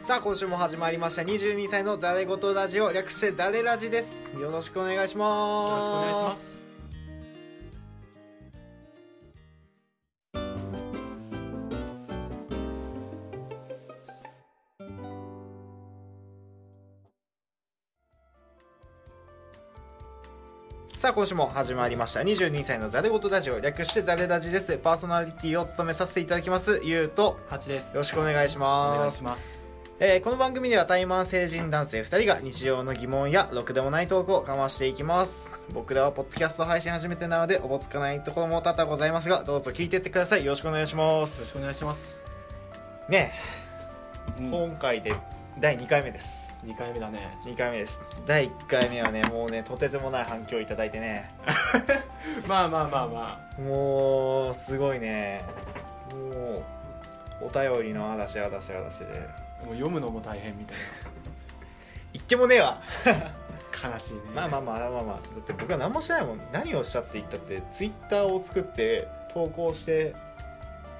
さあ今週も始まりました22歳のザレ言ラジオ略してザレラジですよろしくお願いしますよろしくお願いしますさあ今週も始まりました22歳のザレ言ラジオ略してザレラジですパーソナリティを務めさせていただきますゆうと八です。よろしくお願いしお願まいすします。えーこの番組では対マン成人男性2人が日常の疑問やろくでもないトークをかましていきます僕らはポッドキャスト配信初めてなのでおぼつかないところも多々ございますがどうぞ聞いてってくださいよろしくお願いしまよろしすくお願いします。ねうえ、ん今回で第2回目です二回目だね。 2回目です第1回目はねもうねとてつもない反響いただいてね まあまあまあまもうすごいねもうお便りの嵐嵐嵐であ、もう読むのも大変みたい一件もねえわな。悲しいね。まあまあまあまあまあだって僕は何もしないもん何をしたって言ったってツイッターを作って投稿して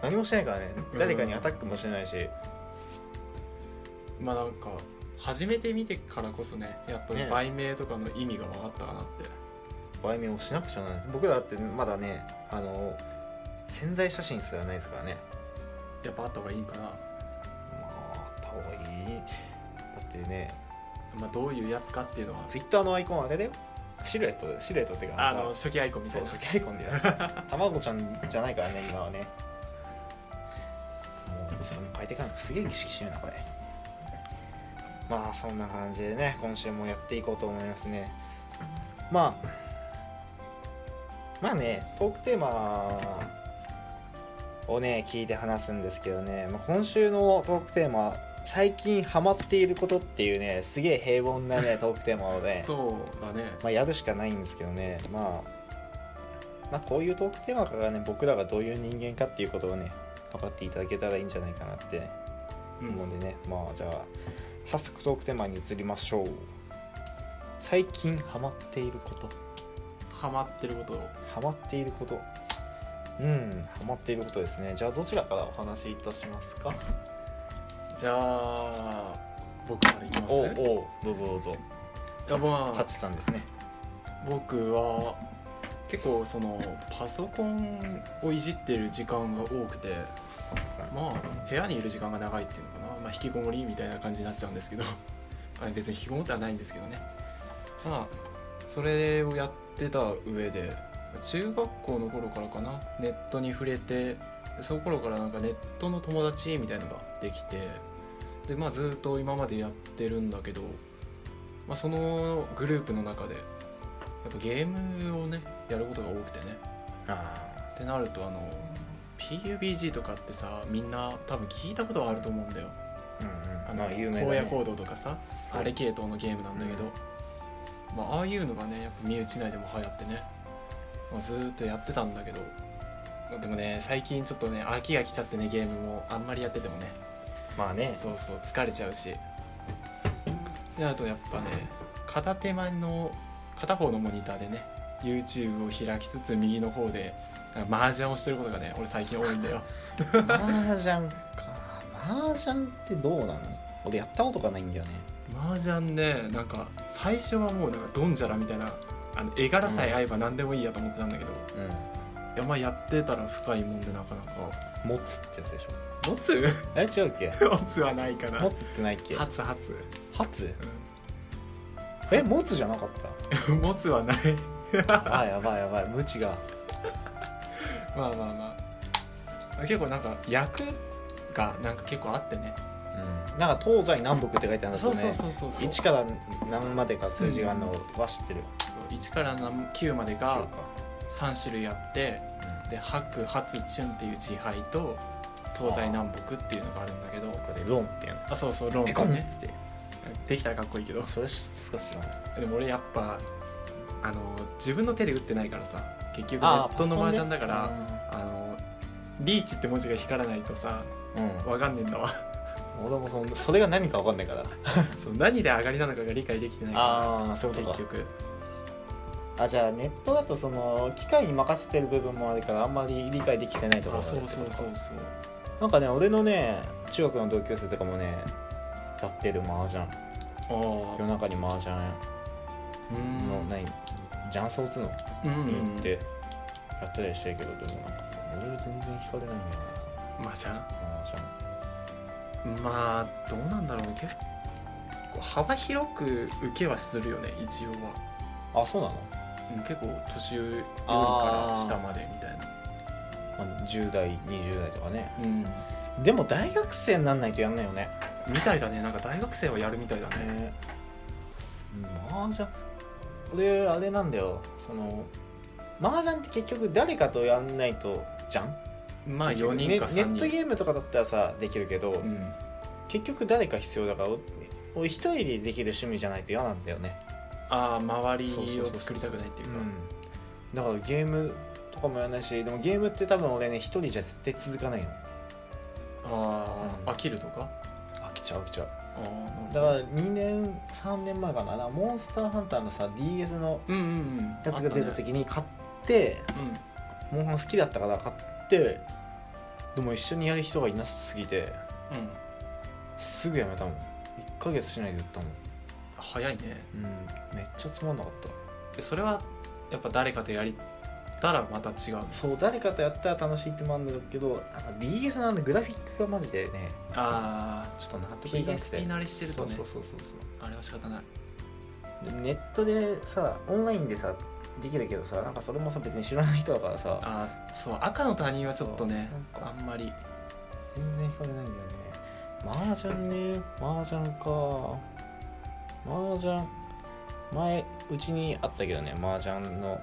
何もしないからねうん誰かにアタックもしないし、まあなんか初めて見てからこそね、やっとね売名とかの意味が分かったかなって。売名をしなくちゃならない僕らだってまだねあの潜在写真すらないですからねやっぱあった方がいいんかな。まああった方がいいだってねまあどういうやつかっていうのは。ツイッターのアイコンあれだよシルエットシルエットっていうかあさの初期アイコンみたそいうな。初期アイコンでや る卵ちゃんじゃないからね今はねもうそれも変えていかないすげえ意識してるなこれまあそんな感じでね今週もやっていこうと思いますねまあまあねトークテーマをね聞いて話すんですけどね、まあ、今週のトークテーマ最近ハマっていることっていうねすげえ平凡な ねトークテーマをねそうだね。まあ、やるしかないんですけどね、まあ、まあこういうトークテーマからね僕らがどういう人間かっていうことをね分かっていただけたらいいんじゃないかなってう思うんん。でね、まあじゃあ早速トークテーマに移りましょう最近ハマっていることハマってることを。ハマっていることうんハマっていることですねじゃあどちらからお話しいたしますかじゃあ僕からいきます。おういおうどうぞどうぞやまあハチさんですね僕は結構そのパソコンをいじってる時間が多くてまあ部屋にいる時間が長いっていうのかな、まあ、引きこもりみたいな感じになっちゃうんですけど あ別に引きこもってはないんですけどねまあそれをやってた上で中学校の頃からかなネットに触れてその頃からなんかネットの友達みたいのができてでまあずっと今までやってるんだけど、まあ、そのグループの中でやっぱゲームをねやることが多くてねあってなるとあの PUBG とかってさみんな多分聞いたことはあると思うんだよーうんあうんの、まあ有名だ、荒野ね、行動とかさあれ系統のゲームなんだけど、まあああいうのがねやっぱ身内内でも流行ってね、まあ、ずーっとやってたんだけどまあでもね最近ちょっとね飽きが来ちゃってねゲームもあんまりやっててもねまあねそうそう疲れちゃうしであとやっぱね片手間の片方のモニターでね YouTube を開きつつ右の方でなんか麻雀をしてることがね俺最近多いん だよ麻雀か麻雀ってどうなの俺やったことがないんだよね麻雀ねなんか最初はもうなんかドンジャラみたいなあの絵柄さえ合えば何でもいいやと思ってたんだけど、いやまあやってたら深いもんでなかなかうん持つってやつでしょ持つ え違うっけ持つはないか な持つってないっけ初初、初え持つじゃなかっうん、 持つはない たあやばいやばい無知がまあまあまあ結構なんか役がなんか結構あってねうんなんか東西南北って書いてあるんですよねうそうそう1 1, から何までか数字があるのは知ってるから何9までそがう3種類あってかで白発チュンっていう地配と東西南北っていうのがあるんだけどこれロンっていうのあそうそうローンペとコンかっねつってできたらかっこいいけど それしか知らないでも俺やっぱあの自分の手で打ってないからさ結局ネあットの麻雀だからあのリーチって文字が光らないとさうんわかんねえんだわ 俺もそのそれが何か分かんないからそう何で上がりなのかが理解できてないかああそうらいうことか結局あじゃあネットだとその機械に任せてる部分もあるからあんまり理解できてないところがああそるっうてそこうとかそうそうなんかね俺のね中学の同級生とかもねやってる麻雀あー夜中に麻雀うーんの何雀荘打つのうんうんに行ってやったりしてるけどでもなんか俺全然惹かれないんだよまあじゃな麻雀あまあどうなんだろうね結構幅広く受けはするよね一応は、あそうなの、うん、結構年上よりあかーら下までみたいなまあ、10代20代とかねうんでも大学生になんないとやんないよねみたいだねなんか大学生はやるみたいだねね麻雀俺あれなんだよその麻雀って結局誰かとやんないとじゃんまあ結4局人か3人ねネットゲームとかだったらさできるけど、うん結局誰か必要だからお俺一人でできる趣味じゃないと嫌なんだよね、ああ周そうそうりそうをそう作りたくないっていうかだからゲームとかもやらないしでもゲームって多分俺ね一人じゃ絶対続かないのあうんあ飽きるとか飽きちゃう飽きちゃうああだから2年3年前かななモンスターハンターのさ DS のうんうんうんやつが出た時に買ってあったねモンハン好きだったから買ってでも一緒にやる人がいなすぎてうんうんすぐやめたもん1ヶ月しないで売ったもん、早いねうん、めっちゃつまんなかったそれはやっぱ誰かとやりたらまた違うのそう誰かとやったら楽しいってもあるんだけどなんか DS なんでグラフィックがマジでねあちょっと納得いかなくて PSP 慣れしてるとねそうそうそうそうああれは仕方ないそうでネットでさオンラインでさできるけどさなんかそれもさ別に知らない人だからさあーそう赤の他人はちょっとねそうあんまり全然惹かれないんだよね麻雀ね麻雀か麻雀前うちにあったけどね麻雀の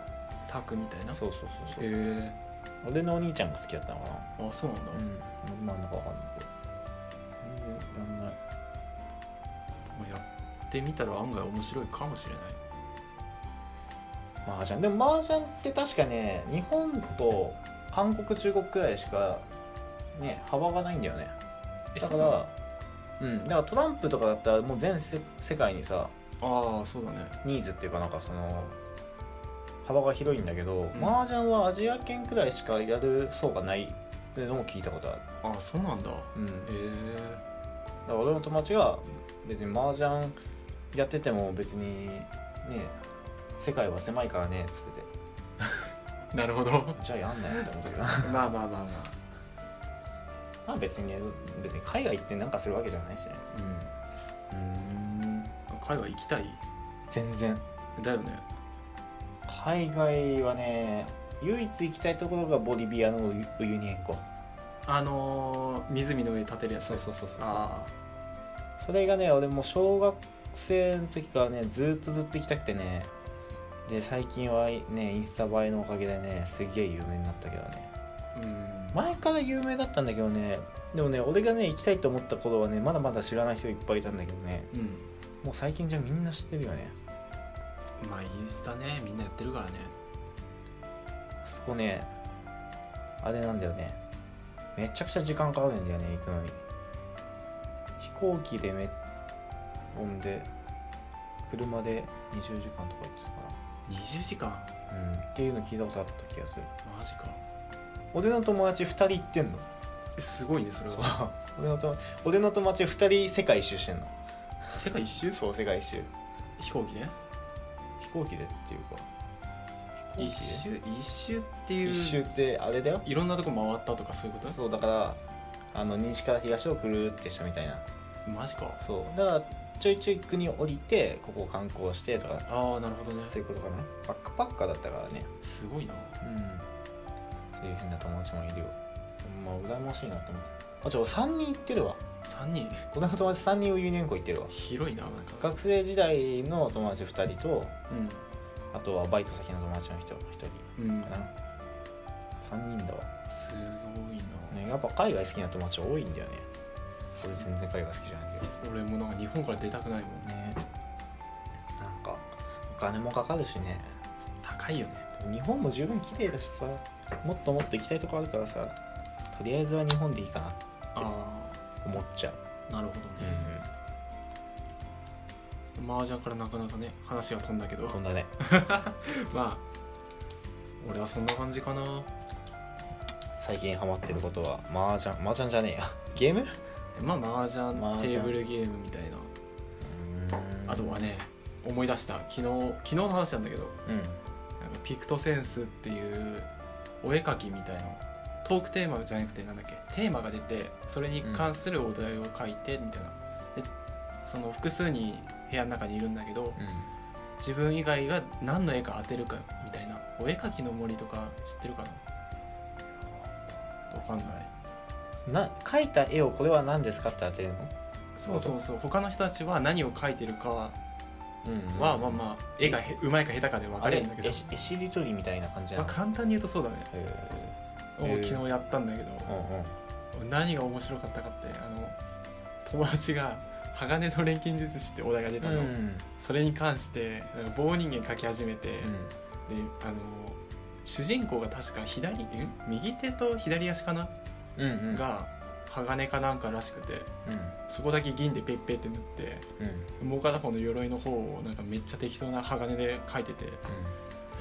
タクみたいなへそうそうそうそうえ俺のお兄ちゃんが好きだったのかなあそうなんだ、もうんなんだかわかんないけど全然やんないうやってみたら案外面白いかもしれない麻雀でも麻雀って確かね日本と韓国中国くらいしかね幅がないんだよねえだかそうなのらうんだからトランプとかだったらもう全世世界にさああそうだねニーズっていうかなんかその幅が広いんだけど、うん麻雀はアジア圏くらいしかやる層がないっていうのも聞いたことある、ああそうなんだうん、だへえから俺の友達が別に麻雀やってても別にね世界は狭いからねっつっててな るほどじゃあやんないって思 ったけどまあまあまあまあまあ別にね別に海外行ってなんかするわけじゃないしねうんうん海外行きたい全然だよね海外はね唯一行きたいところがボリビアのウユウユニ塩湖あのー、湖の上立てるやつそうそうそうそうそうあそれがね俺もう小学生の時からねずっとずっと行きたくてねで最近はねインスタ映えのおかげでねすげえ有名になったけどねあうん前から有名だったんだけどねでもね俺がね行きたいと思った頃はねまだまだ知らない人いっぱいいたんだけどねうんもう最近じゃみんな知ってるよねまあインスタねみんなやってるからねそこねあれなんだよねめちゃくちゃ時間かかるんだよね行くのに飛行機でめ飛んで車で20時間とか行ってたか20時間な、うん、っていうの聞いたことあった気がするマジか俺の友達2人行ってんのえすごいねそれは 俺のと俺の友達2人世界一周してんの世界一周そう世界一周飛行機ね飛行機でっていうか飛行一機周一周っていでう一周ってあれだよいろんなとこ回ったとかそういうことそうだからあの西から東をぐるーってしたみたいなマジかそうだからちょいちょい国を降りてここを観光してとかああなるほどねそういうことかなバックパッカーだったからねすごいなうんそういう変な友達もいるよまあ羨ましいなって思ってあちょ3人行ってるわ3人俺の友達3人ウユニ塩湖行ってるわ広いななんか学生時代の友達2人とうんあとはバイト先の友達の人1人うんかな3人だわ、すごいな、ね、やっぱ海外好きな友達多いんだよね俺全然海外好きじゃないけど俺もなんか日本から出たくないもんねなんかお金もかかるしね高いよね日本も十分綺麗だしさもっともっと行きたいとこあるからさとりあえずは日本でいいかなってあ思っちゃう、あなるほどね、麻雀からなかなかね話が飛んだけど飛んだね まあ俺はそんな感じかな最近ハマってることは麻雀麻雀じゃねえやゲームまあ麻雀麻雀テーブルゲームみたいなあとはね思い出した昨日昨日の話なんだけどうんなんかピクトセンスっていうお絵描きみたいなトークテーマじゃなくてなんだっけテーマが出てそれに関するお題を書いてみたいな、でその複数に部屋の中にいるんだけど自分以外が何の絵か当てるかみたいなお絵描きの森とか知ってるかなわかんないうんな描いた絵をこれは何ですかって当てるのそうそうそう他の人たちは何を描いてるかはうんまあまあ絵がへうまいか下手かで分あかれれるんだけ絵ど、し絵しりとりみたいな感じまなあ、の、簡単に言うとそうだねへをへえ昨日やったんだけど、ーうんうん何が面白かったかってあの友達が「鋼の錬金術師」ってお題が出たの、うんそれに関してなんか棒人間描き始めて、うんであの主人公が確か左ん右手と左足かな、うんうんが鋼かなんからしくてうそこだけ銀でペッペって塗ってんうんもう片方の鎧の方をなんかめっちゃ適当な鋼で描いてて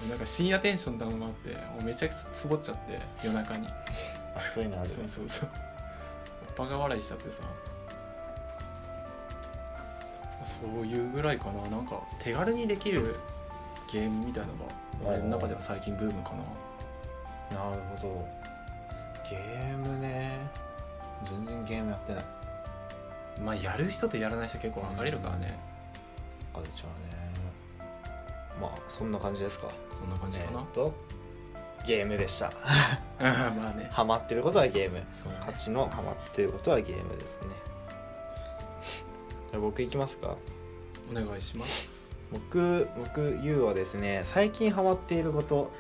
なんか深夜テンションだのもあってもうめちゃくちゃつぼっちゃって夜中にあそういうのあるそうそうそうバカ笑いしちゃってさそういうぐらいかななんか手軽にできるゲームみたいなのが俺の中では最近ブームかななるほどゲームね全然ゲームやってないまあやる人とやらない人結構分かれるからねあれちゃうねまあそんな感じですかそんな感じかなえーっとゲームでした まあねハマってることはゲームそうだね勝ちのハマってることはゲームですねじゃあ僕いきますかお願いします僕僕ゆうはですね最近ハマっていること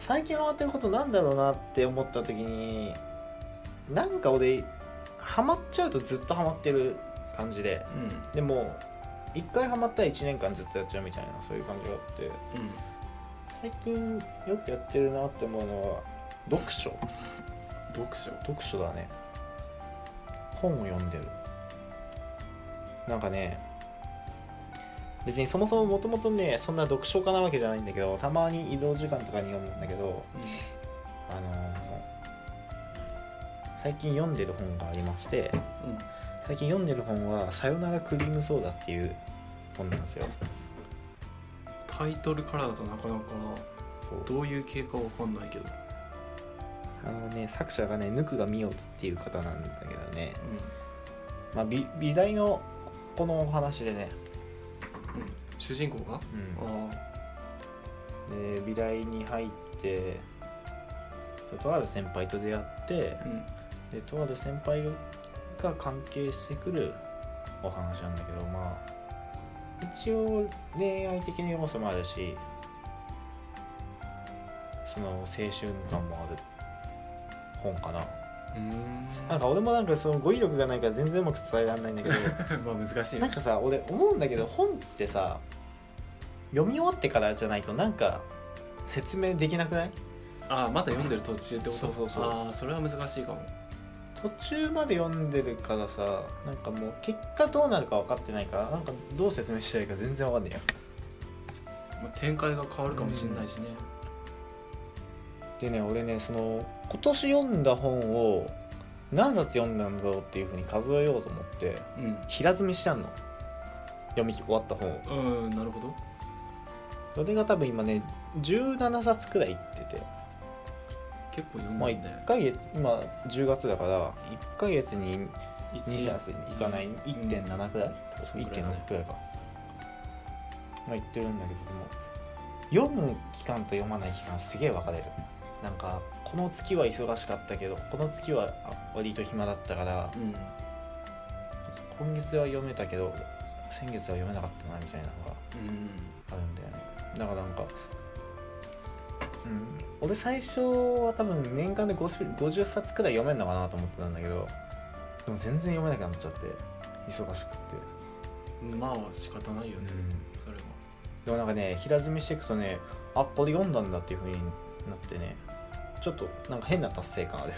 最近ハマっていることなんだろうなって思った時になんか俺ハマっちゃうとずっとハマってる感じでうんうんでも一回ハマったら1年間ずっとやっちゃうみたいなそういう感じがあって最近よくやってるなって思うのは読書読書読書だね本を読んでるなんかね別にそもそももともとねそんな読書家なわけじゃないんだけどたまに移動時間とかに読むんだけどあのー最近読んでる本がありましてうんうん最近読んでる本は「さよならクリームソーダ」っていう本なんですよタイトルからだとなかなかそうどういう系か分かんないけどあのね作者がねぬくがみよとっていう方なんだけどね、まあ、美美大のこのお話でね、うんうん主人公がうん、ああで美大に入ってとある先輩と出会ってうんでとある先輩が関係してくるお話なんだけどまあ一応恋愛的な要素もあるしその青春感もある本かなうーんなんか俺もなんかその語彙力がないから全然うまく伝えられないんだけどまあ難しいなんねかさ俺思うんだけど本ってさ読み終わってからじゃないとなんか説明できなくないああまだ読んでる途中ってことそうそうそうああそれは難しいかも途中まで読んでるからさなんかもう結果どうなるか分かってないからなんかどう説明したらいいか全然分かんないよまあ展開が変わるかもしれないしねでね俺ねその今年読んだ本を何冊読んだんだろうっていうふうに数えようと思ってうん平積みしたんの読み終わった本をうん、なるほどそれが多分今ね17冊くらいいってて結構読んまあで1んねヶ月今10月だから1ヶ月に一2冊いかない1.7くらい、そんくらいだね1.6くらいかまあ言ってるんだけども読む期間と読まない期間すげえ分かれるなんかこの月は忙しかったけどこの月はあ割と暇だったからうんうん今月は読めたけど先月は読めなかったなみたいなのがあるんだよねだからなんかうん俺最初は多分年間で 50, 50冊くらい読めんのかなと思ってたんだけどでも全然読めなくなっちゃって忙しくって、うんまあ仕方ないよね、それはでもなんかね平積みしていくとねあこれ読んだんだっていう風になってねちょっとなんか変な達成感ある、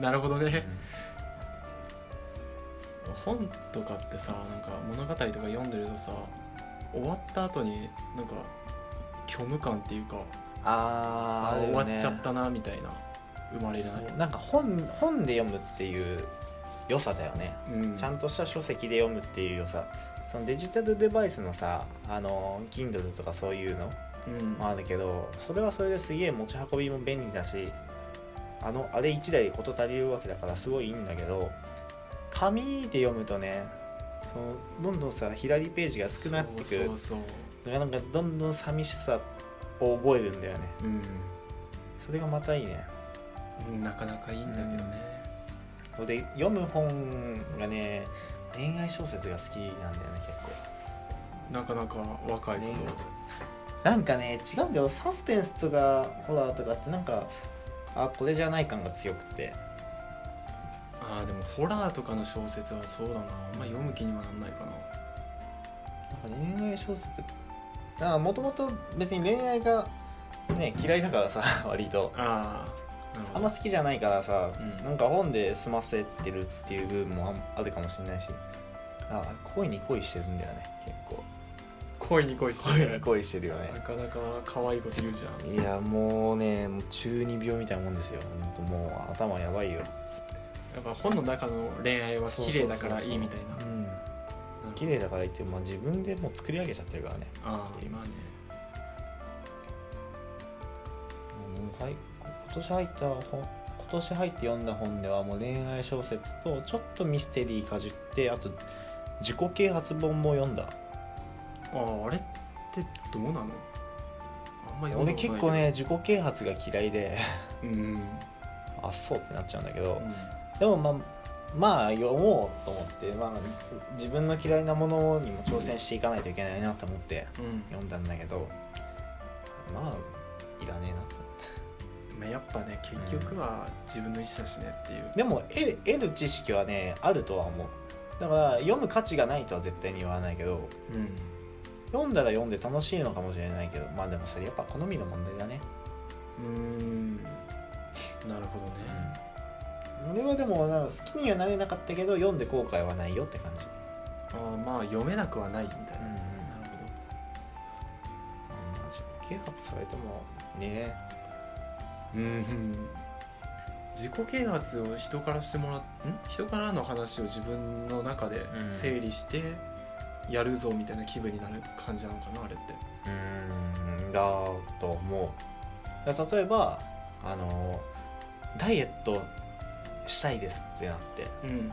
なるほどね本とかってさなんか物語とか読んでるとさ終わった後になんか虚無感っていうかああーあるーよね終わっちゃったなみたいな生まれないなんか本本で読むっていう良さだよね、うん、ちゃんとした書籍で読むっていう良さそのデジタルデバイスのさあの Kindle とかそういうのうんまあだけどそれはそれですげえ持ち運びも便利だしあのあれ1台で事足りるわけだからすごいいいんだけど紙で読むとねそのどんどんさ左ページが少なってくるそうそうそうだからなんかどんどん寂しさを覚えるんだよねうん、それがまたいいねうん、なかなかいいんだけどね、それで読む本がね恋愛小説が好きなんだよね結構なかなか若いねこと、なんかね違うんだよサスペンスとかホラーとかってなんかあこれじゃない感が強くてああでもホラーとかの小説はそうだなあんま読む気にはなんないかななんか恋愛小説だからもともと別に恋愛がね嫌いだからさ 割とああなるあほんどま好きじゃないからさ、うんなんか本で済ませてるっていう部分もああるかもしれないしあ恋に恋してるんだよね結構恋に恋して恋にる 恋してるよねなかなか可愛いこと言うじゃんいやもうねもう中二病みたいなもんですよ本当もう頭やばいよやっぱ本の中の恋愛は綺麗だからいいみたいなうんなるほど綺麗だから言って、まあ、自分でもう作り上げちゃってるからねああまあねうんはい今年入った本今年入って読んだ本ではもう恋愛小説とちょっとミステリーかじってあと自己啓発本も読んだあああれってどうなのあんま読んだことな俺いけど結構ね自己啓発が嫌いで うんうんあそうってなっちゃうんだけどでもまあまあ読もうと思って、まあ、自分の嫌いなものにも挑戦していかないといけないなと思ってうん読んだんだけどまあいらねえなと思ってまあ、やっぱね結局は自分の意思だしねっていう、でも得得る知識はねあるとは思うだから読む価値がないとは絶対に言わないけどうん、読んだら読んで楽しいのかもしれないけどまあでもそれやっぱ好みの問題だねうーんなるほどね、俺はでもなんか好きにはなれなかったけど読んで後悔はないよって感じああまあ読めなくはないみたいな、うんなる啓発されてもねほどうん自己啓発を人からしてもらん人からの話を自分の中でうん整理してやるぞみたいな気分になる感じなのかなあれってうーんだと思うだ例えばあのダイエットしたいですってなってうん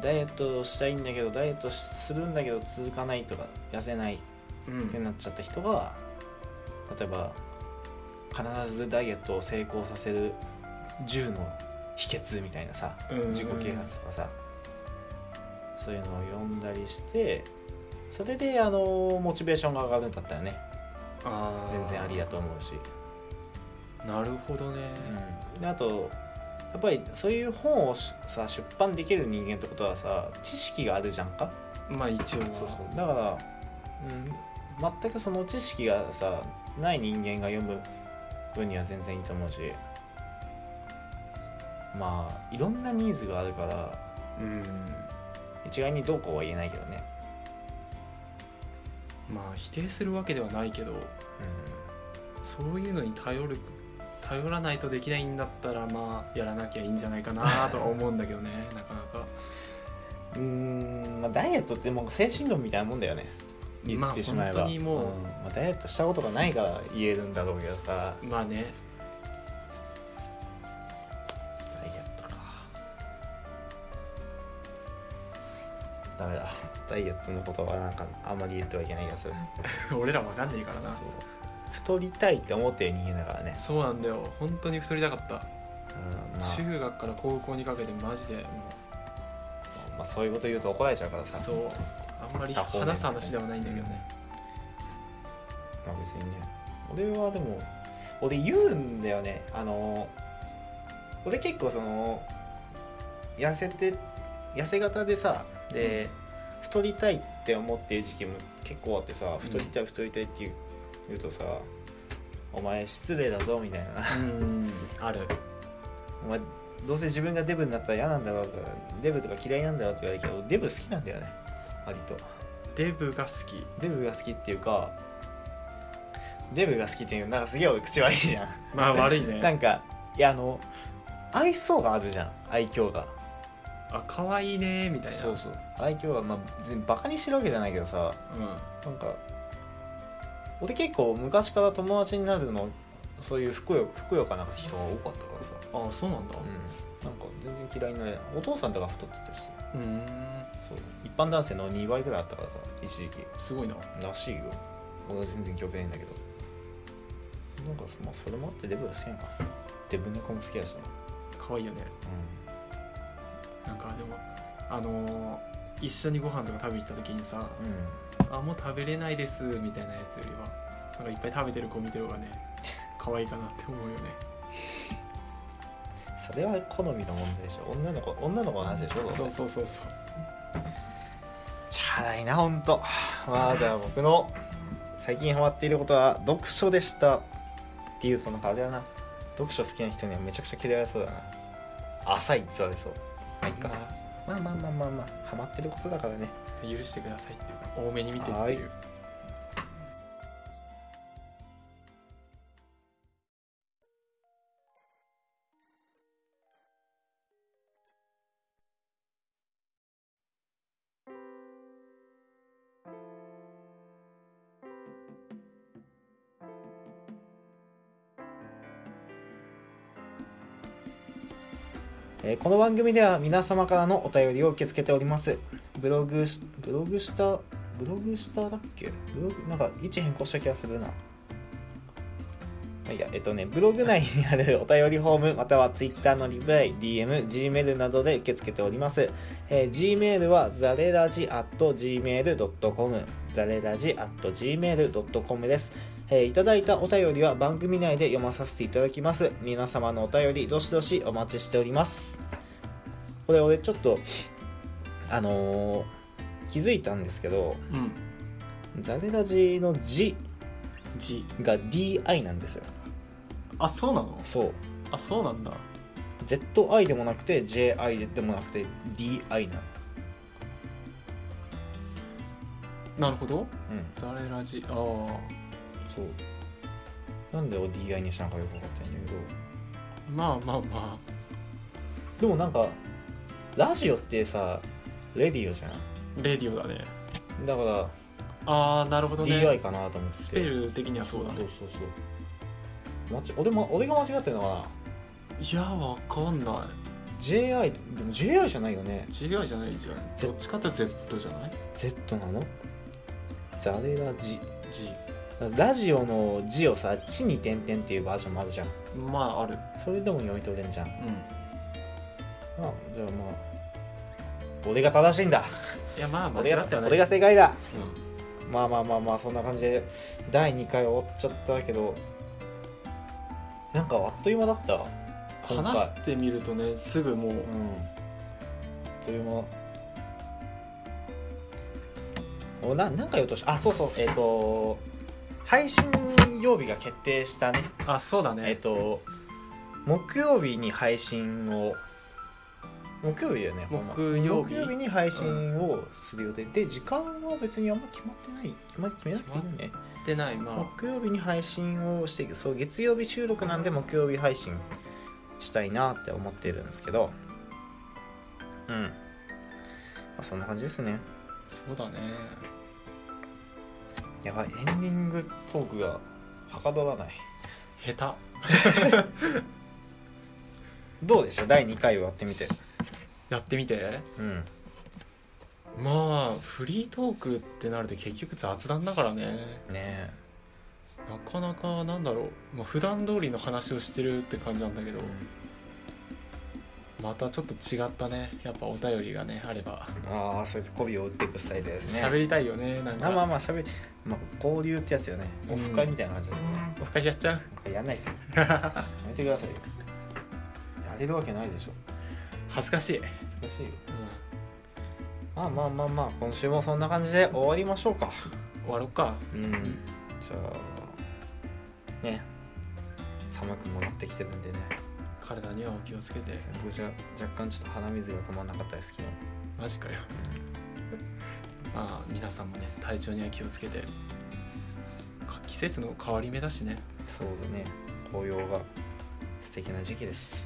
ダイエットしたいんだけどダイエットするんだけど続かないとか痩せないうんってなっちゃった人が例えば必ずダイエットを成功させる10の秘訣みたいなさうん自己啓発とかさそういうのを読んだりしてそれであのモチベーションが上がるんだったらねあー全然ありだと思うし、なるほどね、うんであとやっぱりそういう本をしさ出版できる人間ってことはさ知識があるじゃんかまあ一応はそうそうだから、うん、全くその知識がさない人間が読む分には全然いいと思うしまあいろんなニーズがあるからうん一概にどうこうは言えないけどね、まあ否定するわけではないけどそういうのに頼る頼らないとできないんだったらまあやらなきゃいいんじゃないかなとは思うんだ けどねなかなかうんまあ、ダイエットってもう精神論みたいなもんだよね言ってしまえば、まあ本当にもう、んまあ、ダイエットしたことがないから言えるんだろうけどさまあね ダイエットかダメだダイエットのことはなんかあんまり言ってはいけないやつ俺らわかんねえからな太りたいって思ってる人間だからね、そうなんだよ本当に太りたかった、うんまあそう中学から高校にかけてマジでもまあ、そういうこと言うと怒られちゃうからうさそうあんまり片方面話す話ではないんだけどねまあ、別にね俺はでも俺言うんだよねあの俺結構その痩せて痩せ型でさで、太りたいって思ってる時期も結構あってさ太りたい太りたいって言う言うとさ「お前失礼だぞ」みたいな うんあるお前どうせ自分がデブになったら嫌なんだろうとかデブとか嫌いなんだろうって言われるけどデブ好きなんだよね割とデブが好きデブが好きっていうかデブが好きっていうなんかすげえ俺口悪いじゃんまあ悪いなねんかいやあの愛想があるじゃん愛嬌があ可愛いねみたいなそうそう愛嬌はまあ別にバカにしてるわけじゃないけどさうんなんか俺結構昔から友達になるのそういうふくよふくよかな人が多かったからさあそうなんだうんなんか全然嫌いになれないお父さんとか太ってたしうんそう一般男性の2倍ぐらいあったからさ一時期すごいならしいよ俺は全然記憶ないんだけどなんかまあそれもあってデブが好きなのかなデブ猫も好きだしね可愛いよねなんかでもあのー一緒にご飯とか食べに行った時にさうん、うん、 「あもう食べれないです」みたいなやつよりはなんかいっぱい食べてる子見てる方がね可愛いかなって思うよねそれは好みの問題でしょ女の子女の子の話でしょどうせそうそうそうそうチャラいなほんとまあじゃあ僕の最近ハマっていることは読書でしたっていうとなんかあれだな読書好きな人にはめちゃくちゃ嫌われそうだな浅いって言われそうまあいいかままあまあまあまあまあハマってることだからねあ許してくださいっていうか多めに見てっていうえーこの番組では皆様からのお便りを受け付けておりますブログしブログしたブログしただっけブログなんか位置変更した気がするなまあいいやえっとねブログ内にあるお便りフォームま たは Twitter のリプライ DMGmail などで受け付けております、えー Gmail はザレラジ at gmail.com ザレラジ at gmail.com ですえーいただいたお便りは番組内で読まさせていただきます皆様のお便りどしどしお待ちしておりますこれ俺ちょっとあのー気づいたんですけどうんザレラジの「字 G が DI なんですよあそうなのそうあそうなんだ ZI でもなくて JI でもなくて DI なのなるほどうんザレラジああそうなんで俺 DI にしたのかよく分かってないんだけどまあまあまでもなんかラジオってさレディオじゃんあレディオだねだからああなるほどね DI かなと思ってスペル的にはそうだそねうそうそう間違俺も俺が間違ってるのかいやわかんないな JI でも JI じゃないよね GI じゃないじゃん Z どっちかって Z じゃない Z なのザレラジ G ラジオの字をさ「地に点々」っていうバージョンもあるじゃんまああるそれでも読み取れんじゃんうんまあじゃあまあ俺が正しいんだいやまあ間俺違がってはない俺が正解だうんまあまあまあまあそんな感じで第2回終わっちゃったけどなんかあっという間だった今回話してみるとねすぐもううん。というもの。おななんか言おうとしあそうそうえっ、と配信曜日が決定したねあそうだえっ、と木曜日に配信を木曜日だよねほんま木曜日木曜日に配信をする予定、で時間は別にあんま決まってない決ま決めなくていいよねってないま木曜日に配信をしてそう月曜日収録なんで木曜日配信したいなって思ってるんですけどうん、まあ、そんな感じですねあそうだねやばいエンディングトークがはかどらない下どうでした第2回終わってみて手やってみてうんまあフリートークってなると結局雑談だからねねなかなかなんだろう、まあ、普段通りの話をしてるって感じなんだけどまたちょっと違ったねやっぱお便りがねあればああそうやって媚びを打っていくスタイルです喋ねりたいよねなまんあまあかまあしゃべり、まあ、交流ってやつよねオフ会みたいな感じですね、オフ会やっちゃうオフ会やん ないっすよやめてくださいよやれるわけないでしょ恥ずかしい、難しいよまあまあまあまあ今週もそんな感じで終わりましょうか終わろっかうんじゃあね寒くもなってきてるんでね体にはお気をつけて僕じゃ若干ちょっと鼻水が止まんなかったですけどマジかよまあ皆さんもね体調には気をつけてか季節の変わり目だしねそうだね紅葉が素敵な時期です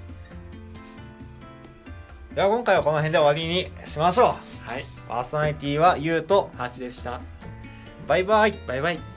では今回はこの辺で終わりにしましょうはいパーソナリティはゆうとハチでしたバイバイバイバイ